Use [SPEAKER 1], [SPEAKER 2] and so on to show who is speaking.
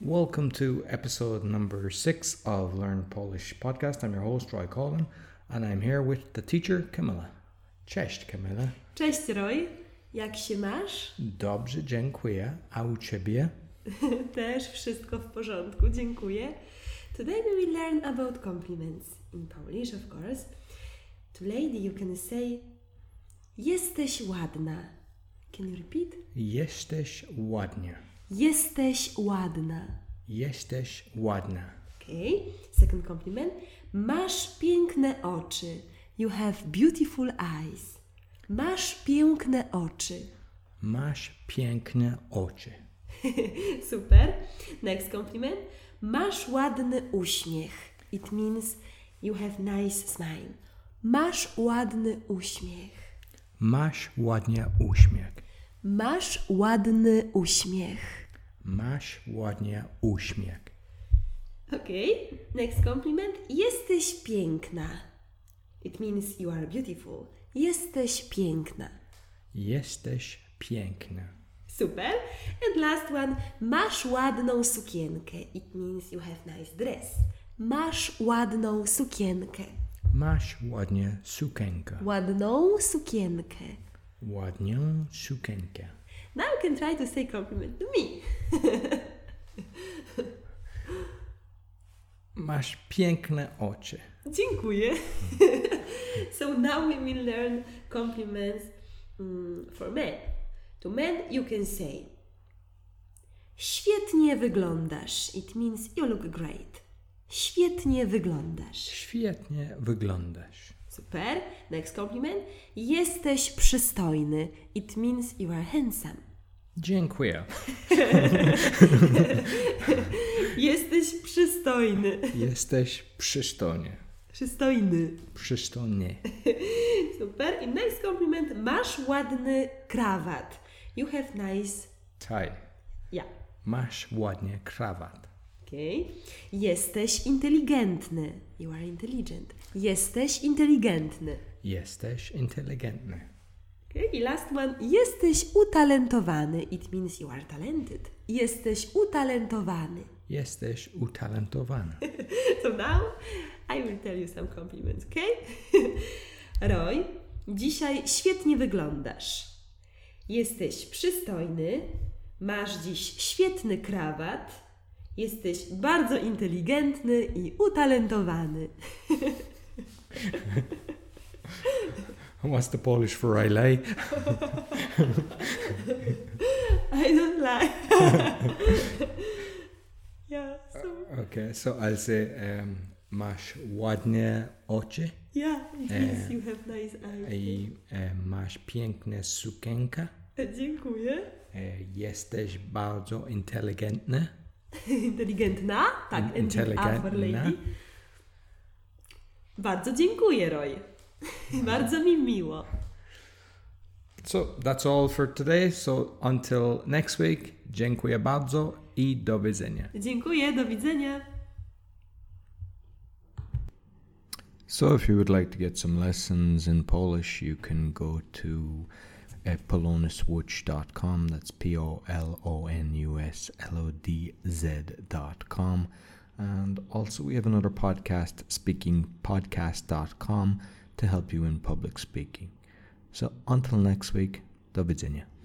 [SPEAKER 1] Welcome to episode number six of Learn Polish podcast. I'm your host Roy Colin, and I'm here with the teacher Camilla. Cześć Camilla.
[SPEAKER 2] Cześć Roy, jak się masz?
[SPEAKER 1] Dobrze, dziękuję. A u ciebie?
[SPEAKER 2] Też wszystko w porządku, dziękuję. Today we will learn about compliments in Polish, of course. To lady you can say jesteś ładna. Can you repeat?
[SPEAKER 1] Jesteś ładnie.
[SPEAKER 2] Jesteś ładna.
[SPEAKER 1] Jesteś ładna.
[SPEAKER 2] Okay. Second compliment. Masz piękne oczy. You have beautiful eyes. Masz piękne oczy.
[SPEAKER 1] Masz piękne oczy.
[SPEAKER 2] Super. Next compliment. Masz ładny uśmiech. It means you have nice smile. Masz ładny uśmiech.
[SPEAKER 1] Masz ładnie uśmiech.
[SPEAKER 2] Masz ładny uśmiech.
[SPEAKER 1] Masz ładnie uśmiech.
[SPEAKER 2] Okay. Next compliment. Jesteś piękna. It means you are beautiful. Jesteś piękna.
[SPEAKER 1] Jesteś piękna.
[SPEAKER 2] Super. And last one. Masz ładną sukienkę. It means you have nice dress. Masz ładną sukienkę.
[SPEAKER 1] Masz ładnie sukienkę.
[SPEAKER 2] Ładną sukienkę.
[SPEAKER 1] Ładnie sukienkę.
[SPEAKER 2] Now you can try to say compliment to me.
[SPEAKER 1] Masz piękne oczy.
[SPEAKER 2] Dziękuję. so now we will learn compliments mm, for men. To men you can say Świetnie wyglądasz. It means you look great. Świetnie wyglądasz.
[SPEAKER 1] Świetnie wyglądasz.
[SPEAKER 2] Super. Next compliment. Jesteś przystojny. It means you are handsome.
[SPEAKER 1] Dziękuję.
[SPEAKER 2] Jesteś przystojny.
[SPEAKER 1] Jesteś przystojny.
[SPEAKER 2] Przystojny.
[SPEAKER 1] Przystojny.
[SPEAKER 2] Super. I next compliment. Masz ładny krawat. You have nice.
[SPEAKER 1] Taj.
[SPEAKER 2] Ja.
[SPEAKER 1] Masz ładnie krawat.
[SPEAKER 2] Okay. Jesteś inteligentny. You are intelligent. Jesteś inteligentny.
[SPEAKER 1] Jesteś inteligentny.
[SPEAKER 2] Okay. I last one. Jesteś utalentowany. It means you are talented. Jesteś utalentowany.
[SPEAKER 1] Jesteś utalentowany.
[SPEAKER 2] So now I will tell you some compliments, okay? Roy, dzisiaj świetnie wyglądasz. Jesteś przystojny, masz dziś świetny krawat, jesteś bardzo inteligentny i utalentowany.
[SPEAKER 1] What's the Polish for I lay?
[SPEAKER 2] I don't lie. yeah, so,
[SPEAKER 1] Okay, so I'll say um, masz ładne oczy
[SPEAKER 2] yeah, it means you have nice eyes.
[SPEAKER 1] i e, masz piękne sukienkę.
[SPEAKER 2] Dziękuję.
[SPEAKER 1] E, jesteś bardzo inteligentny.
[SPEAKER 2] Inteligentna? Tak, and you are
[SPEAKER 1] Inteligentna.
[SPEAKER 2] lady. Bardzo dziękuję, Roy. Bardzo mi miło.
[SPEAKER 1] So that's all for today. So until next week, dziękuję bardzo i do widzenia.
[SPEAKER 2] Dziękuję, do widzenia.
[SPEAKER 1] So if you would like to get some lessons in Polish, you can go to uh, poloniswitch.com. That's P O L O N U S L O D Z dot com. And also, we have another podcast, speakingpodcast.com, to help you in public speaking. So until next week, do widzenia.